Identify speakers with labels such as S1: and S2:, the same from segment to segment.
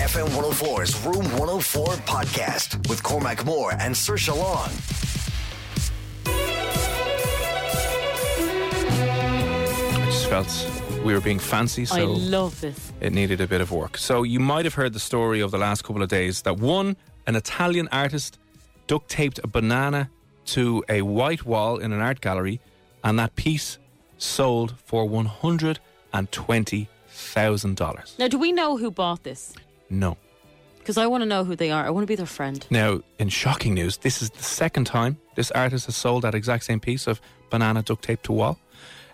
S1: FM 104's Room 104 podcast with Cormac Moore and Sir Long.
S2: I just felt we were being fancy, so
S3: I love this.
S2: it needed a bit of work. So you might have heard the story of the last couple of days that one, an Italian artist duct taped a banana to a white wall in an art gallery, and that piece sold for one hundred and twenty thousand dollars.
S3: Now, do we know who bought this?
S2: No.
S3: Because I want to know who they are. I want to be their friend.
S2: Now, in shocking news, this is the second time this artist has sold that exact same piece of banana duct tape to wall.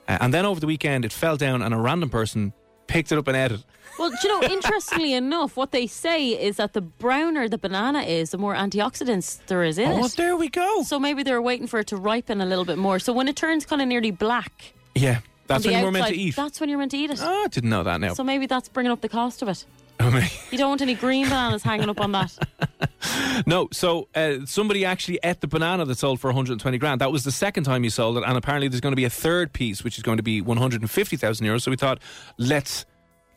S2: Uh, and then over the weekend, it fell down, and a random person picked it up and ate it.
S3: Well, do you know, interestingly enough, what they say is that the browner the banana is, the more antioxidants there is in
S2: Oh, well,
S3: it.
S2: there we go.
S3: So maybe they're waiting for it to ripen a little bit more. So when it turns kind of nearly black,
S2: Yeah, that's
S3: on
S2: when
S3: the
S2: you were meant to
S3: outside,
S2: eat.
S3: That's when you're meant to eat it.
S2: Oh, I didn't know that now.
S3: So maybe that's bringing up the cost of it. You don't want any green bananas hanging up on that.
S2: no, so uh, somebody actually ate the banana that sold for 120 grand. That was the second time you sold it, and apparently there's going to be a third piece, which is going to be 150,000 euros. So we thought, let's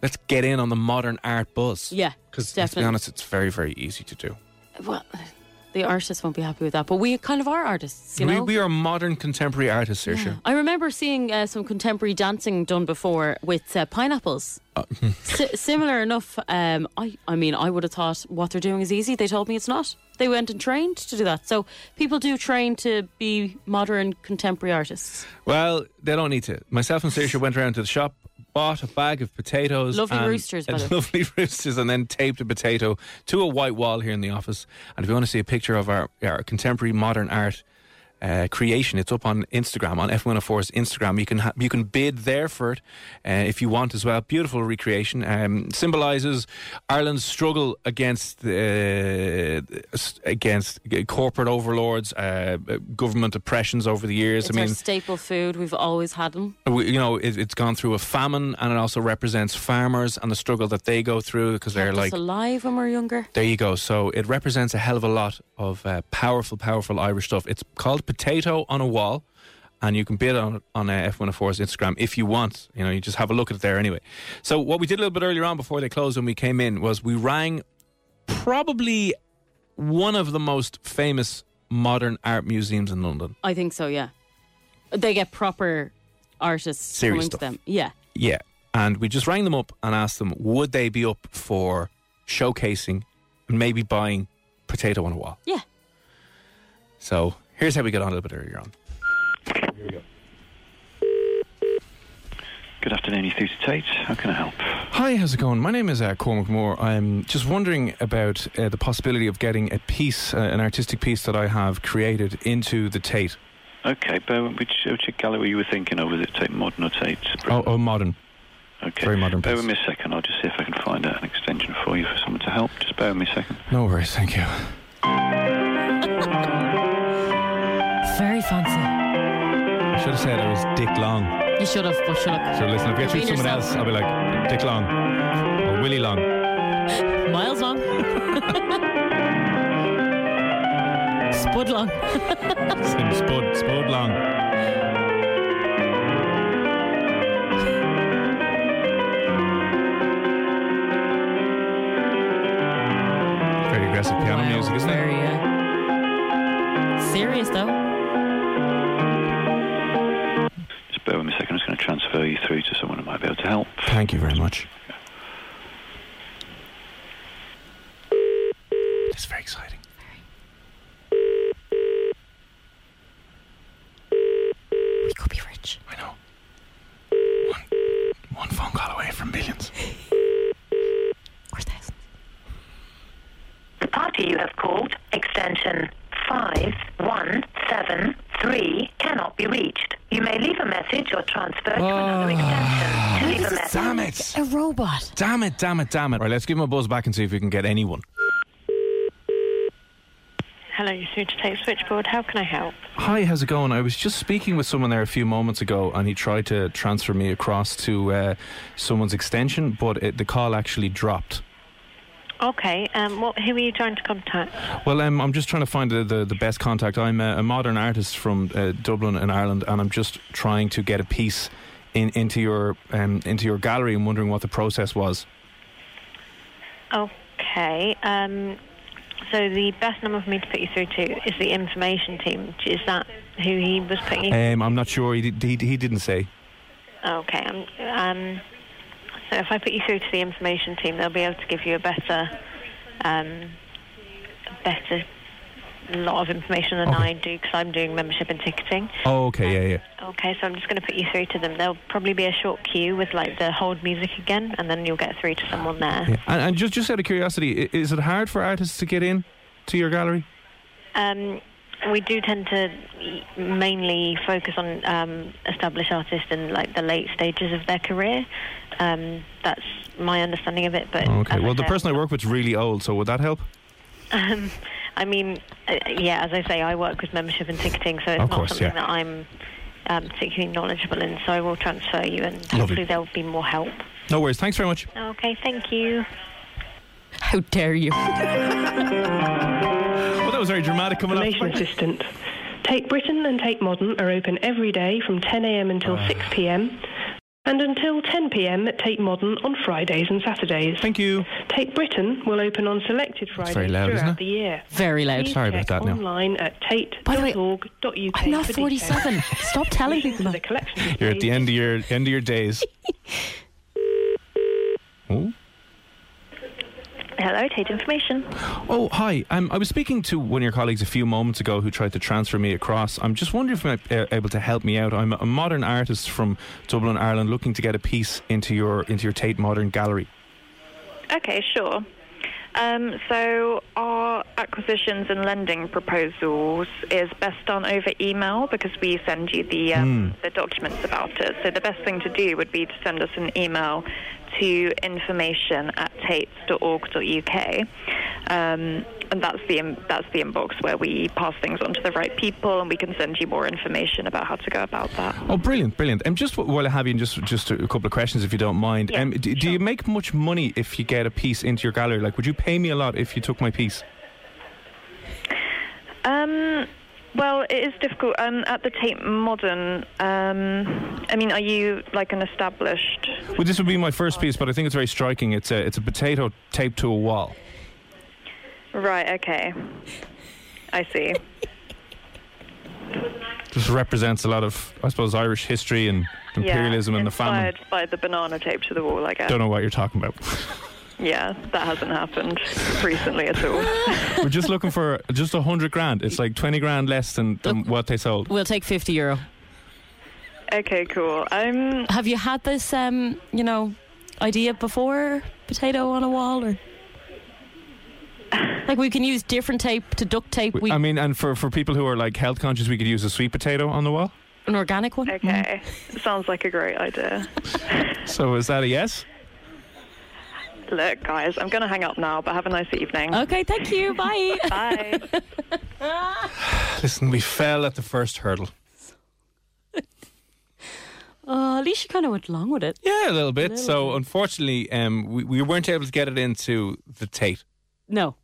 S2: let's get in on the modern art buzz.
S3: Yeah,
S2: because let's be
S3: definitely.
S2: honest, it's very very easy to do.
S3: Well, the artists won't be happy with that, but we kind of are artists, you
S2: we,
S3: know?
S2: we are modern contemporary artists here. Sure.
S3: I remember seeing uh, some contemporary dancing done before with uh, pineapples. Si- similar enough. Um, I, I mean, I would have thought what they're doing is easy. They told me it's not. They went and trained to do that. So people do train to be modern contemporary artists.
S2: Well, they don't need to. Myself and Saoirse went around to the shop, bought a bag of potatoes.
S3: Lovely
S2: and-
S3: roosters, by
S2: and
S3: the way.
S2: Lovely roosters, and then taped a potato to a white wall here in the office. And if you want to see a picture of our, our contemporary modern art uh, creation, it's up on Instagram, on F104's Instagram. You can ha- you can bid there for it uh, if you want as well. Beautiful recreation. Um, Symbolises Ireland's struggle against, uh, s- against corporate overlords, uh, government oppressions over the years.
S3: It's
S2: I mean,
S3: our staple food. We've always had them.
S2: we, you know, it, it's gone through a famine, and it also represents farmers and the struggle that they go through because they're
S3: Kept
S2: like,
S3: us alive when we were younger.
S2: there you go. So it represents a hell of a lot of uh, powerful, powerful Irish stuff. It's called Potato on a Wall, and you can bid on it on uh, F104's Instagram if you want. You know, you just have a look at it there anyway. So what we did a little bit earlier on before they closed when we came in was we rang probably one of the most famous modern art museums in London.
S3: I think so. Yeah, they get proper artists
S2: Serious
S3: coming
S2: stuff.
S3: to them. Yeah,
S2: Yeah. And we just rang them up and asked them, would they be up for showcasing and maybe buying potato on a wall?
S3: yeah.
S2: So here's how we got on a little bit earlier on.
S4: Good afternoon, you through to Tate. How can I help?
S2: Hi, how's it going? My name is uh, Cormac Moore. I'm just wondering about uh, the possibility of getting a piece, uh, an artistic piece that I have created into the Tate.
S4: Okay, bear with- which, which gallery you were thinking of? Was it Tate Modern or Tate? Britain?
S2: Oh, oh modern.
S4: okay.
S2: very modern
S4: Bear with me
S2: place.
S4: a second. I'll just see if I can find out an extension for you for someone to help. Just bear with me a second.
S2: No worries, thank you.
S3: Very fancy.
S2: I should have said I was Dick Long.
S3: You should have, but shut up.
S2: So listen, if I
S3: Convene
S2: get you someone
S3: yourself.
S2: else, I'll be like Dick Long or Willie Long.
S3: Miles long. Spud long.
S2: Spud, Spud Long. Very aggressive piano
S3: Wow,
S2: music, isn't
S3: very,
S2: it?
S3: uh, serious though.
S4: Just bear with me a second. I'm just going to transfer you through to someone who might be able to help.
S2: Thank you very much. This is very exciting.
S3: We could be rich.
S2: I know. One, one phone call away from billions.
S3: Or thousands.
S5: The party you have called, extension 5173, cannot be reached. You may leave a message or transfer to
S2: Ah.
S5: another
S3: Ah,
S5: extension. To leave a message.
S2: Damn it!
S3: A robot.
S2: Damn it, damn it, damn it. Right, let's give him a buzz back and see if we can get anyone.
S6: Hello, you're through to Take Switchboard. How can I help?
S2: Hi, how's it going? I was just speaking with someone there a few moments ago, and he tried to transfer me across to uh, someone's extension, but it, the call actually dropped.
S6: Okay, um, what, who are you trying to contact?
S2: Well, um, I'm just trying to find the, the, the best contact. I'm a, a modern artist from uh, Dublin in Ireland, and I'm just trying to get a piece in, into your um, into your gallery. and wondering what the process was.
S6: Okay, um, so the best number for me to put you through to is the information team. Is that who he was putting you
S2: Um, I'm not sure. He, did, he he didn't say.
S6: Okay, um, um, so if I put you through to the information team, they'll be able to give you a better, um, a better lot of information than
S2: Okay.
S6: I do because I'm doing membership and ticketing.
S2: Oh, okay, yeah, yeah.
S6: Okay, so I'm just going to put you through to them. There'll probably be a short queue with like the hold music again, and then you'll get through to someone there.
S2: yeah. And, and just just out of curiosity, i- is it hard for artists to get in to your gallery?
S6: Um, we do tend to mainly focus on um, established artists in like the late stages of their career. Um, that's my understanding of it. But
S2: Okay.
S6: as
S2: Well, the
S6: said,
S2: person I work with's really old, so would that help?
S6: Um, I mean, uh, yeah, as I say, I work with membership and ticketing, so it's
S2: Of
S6: not
S2: course,
S6: something
S2: yeah.
S6: that I'm um, particularly knowledgeable in. So I will transfer you, and hopefully there will be more help.
S2: No worries. Thanks very much.
S6: Okay, thank you.
S3: How dare you?
S2: Well, that was very dramatic coming up.
S7: Information assistant. Tate Britain and Tate Modern are open every day from 10am until 6pm and until 10pm at Tate Modern on Fridays and Saturdays.
S2: Thank you.
S7: Tate Britain will open on selected Fridays
S2: very loud,
S7: throughout
S2: isn't it?
S7: the year.
S3: Very loud.
S7: Please
S2: Sorry about
S7: check
S2: that now.
S7: online at
S3: By the way,
S7: tate.org.uk.
S3: I'm not
S7: for
S3: 47.
S7: details.
S3: Stop telling people
S7: The
S3: that.
S7: collection
S2: You're at the
S7: contains-
S2: end of your end of your days. Oh.
S6: Hello, Tate Information.
S2: Oh, hi. Um, I was speaking to one of your colleagues a few moments ago who tried to transfer me across. I'm just wondering if you're uh, able to help me out. I'm a modern artist from Dublin, Ireland, looking to get a piece into your into your Tate Modern Gallery.
S8: Okay, sure. Um, so our acquisitions and lending proposals is best done over email because we send you the um, the documents about it. So the best thing to do would be to send us an email to information at tates.org.uk. Um, and that's the in- that's the inbox where we pass things on to the right people, and we can send you more information about how to go about that.
S2: Oh, brilliant, brilliant. And just wh- while I have you, and just just a couple of questions, if you don't mind.
S8: Yeah,
S2: um, d- Do you make much money if you get a piece into your gallery? Like, would you pay me a lot if you took my piece?
S8: Um, well, it is difficult. Um, at the Tate Modern, um, I mean, are you like an established?
S2: Well, this would be my first piece, but I think it's very striking. It's a it's a potato taped to a wall.
S8: Right. Okay. I see.
S2: This represents a lot of, I suppose, Irish history and imperialism
S8: yeah,
S2: and the famine.
S8: Inspired by the banana taped to the wall, I guess.
S2: Don't know what you're talking about.
S8: Yeah, that hasn't happened recently at all.
S2: We're just looking for just a hundred grand. It's like twenty grand less than, than what they sold.
S3: We'll take 50 euro.
S8: okay. Cool. Um.
S3: Have you had this, um, you know, idea before? Potato on a wall or. Like we can use different tape to duct tape we,
S2: I mean, and for, for people who are like health conscious, we could use a sweet potato on the wall.
S3: an organic one.
S8: Okay.
S2: Hmm.
S8: Sounds like a great idea.
S2: So is that a yes?
S8: Look, guys, I'm gonna hang up now, but have a nice evening.
S3: Okay, thank you. Bye.
S8: Bye.
S2: Listen, we fell at the first hurdle.
S3: Uh, at least you kind of went along with it.
S2: Yeah, a little bit. so unfortunately, um, we, we weren't able to get it into the Tate.
S3: No,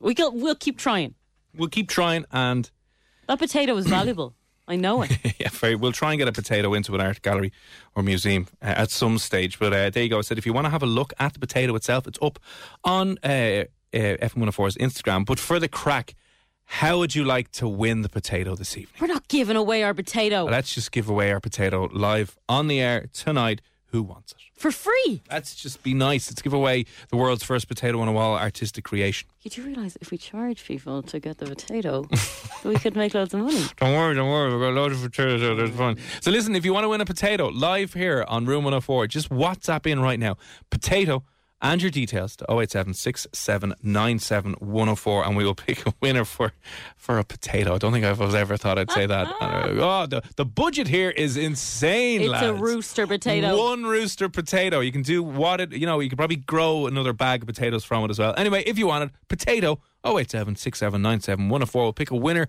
S3: we can, we'll keep trying.
S2: We'll keep trying, and
S3: That potato is valuable. I know it.
S2: yeah, very, we'll try and get a potato into an art gallery or museum uh, at some stage. But uh, there you go. I said if you want to have a look at the potato itself, it's up on uh, uh, F104's Instagram. But for the crack, how would you like to win the potato this evening? Oh.
S3: We're not giving away our potato.
S2: Let's just give away our potato live on the air tonight. who wants it?
S3: For free.
S2: Let's just be nice. Let's give away the world's first potato on a wall artistic creation.
S3: You do realise if we charge people to get the potato, we could make loads of money.
S2: Don't worry, don't worry. We've got a lot of potatoes out there. It's fine. So listen, if you want to win a potato live here on Room 104, just WhatsApp in right now. Potato and your details to 087 104 and we will pick a winner for for a potato. I don't think I was ever thought I'd say that. oh, the, the budget here is insane,
S3: It's
S2: lads.
S3: a rooster potato.
S2: One rooster potato. You can do what it, you know, you could probably grow another bag of potatoes from it as well. Anyway, if you want it, potato 087 104 We'll pick a winner